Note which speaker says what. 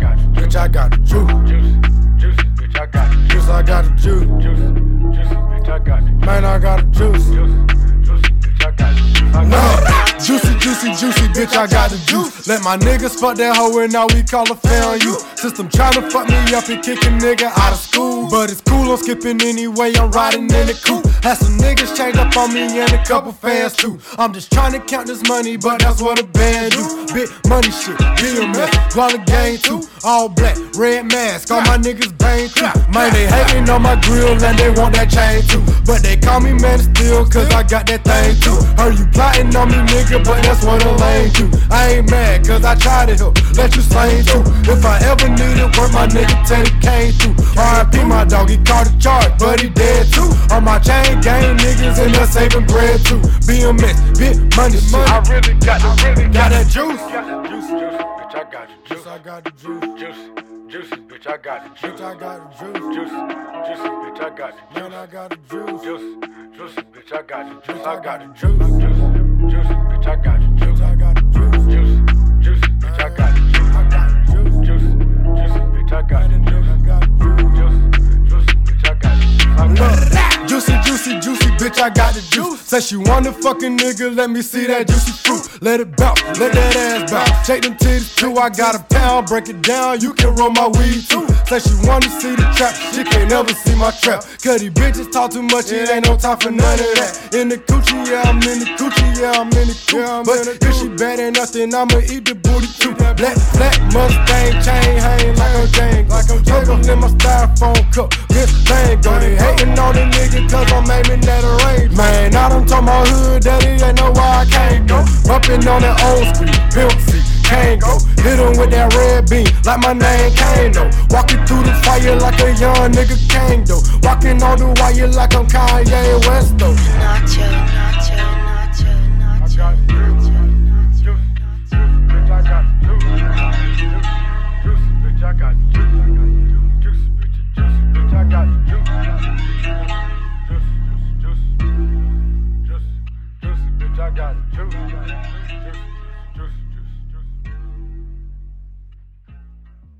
Speaker 1: got the juice.
Speaker 2: Juice, juice, bitch, I got it.
Speaker 1: Juice, I got the juice.
Speaker 2: Juice, juice, bitch, I got it.
Speaker 1: Man, I got the juice.
Speaker 2: Juice, juice, bitch, I got it. I
Speaker 1: No.
Speaker 2: got it.
Speaker 1: Juicy, juicy, juicy, bitch, I got the juice. Let my niggas fuck that hoe and now we call a fair on you. System tryna fuck me up and kick a nigga out of school. But it's cool, I'm skipping anyway, I'm riding in the coupe. Had some niggas change up on me and a couple fans too. I'm just tryna count this money, but that's what a band do. Big money shit, BMS, Guala gang too. All black, red mask, all my niggas bang too. Man, they hating on my grill and they want that chain too. But they call me man still, cause I got that thing too. Heard you plotting on me, nigga, but that's what I'm lame to. I ain't mad, cause I tried it, huh? let you slain too. If I ever needed work, my nigga Teddy came through. RIP my dog, he caught a charge, but he dead too. On my chain gang niggas and they're saving bread too. BMX, big money, shit.
Speaker 2: I
Speaker 1: I
Speaker 2: really got the really got
Speaker 1: got that juice.
Speaker 2: it. Juice, juice, bitch, I got it. Juice,
Speaker 1: I got the juice,
Speaker 2: juice, juice, bitch, I got it. Juice,
Speaker 1: I got the juice,
Speaker 2: juice, juice, bitch, I got it.
Speaker 1: man, I got the juice.
Speaker 2: Juice, juice, bitch, I got it. Juice, I got it. Juice, juice, juice, bitch, I got it. Juice,
Speaker 1: I got the juice.
Speaker 2: juice, juice, bitch, I got it. Juice,
Speaker 1: I got the juice.
Speaker 2: juice, juice, bitch, I got it. Juice,
Speaker 1: I got the juice.
Speaker 2: juice, juice, bitch, I got it. Juice, I got it.
Speaker 1: Look, Juicy, juicy, juicy, bitch, I got the juice. Say she want a fucking nigga, let me see that juicy fruit. Let it bounce, let that ass bounce. Shake them titties too, I got a pound, break it down, you can roll my weed too. Say she wanna see the trap, she can't ever see my trap. Cause these bitches talk too much, it ain't no time for none of that. In the coochie, yeah, I'm in the coochie, yeah, I'm in the coochie. But if she bad enough, then I'ma eat the booty too. Black, black Mustang chain hang like a gang. Like a jungle in my styrofoam cup. This thing go. They hating on the nigga cause I'm aiming at a range. Man, I done told my hood that he ain't know why I can't go. Bumping on that old school, pimp seat, can't go. Hit him with that red beam, like my name Kano. Walking through the fire like a young nigga Kano. Walking on the wire like I'm Kanye West though.
Speaker 3: Nacho.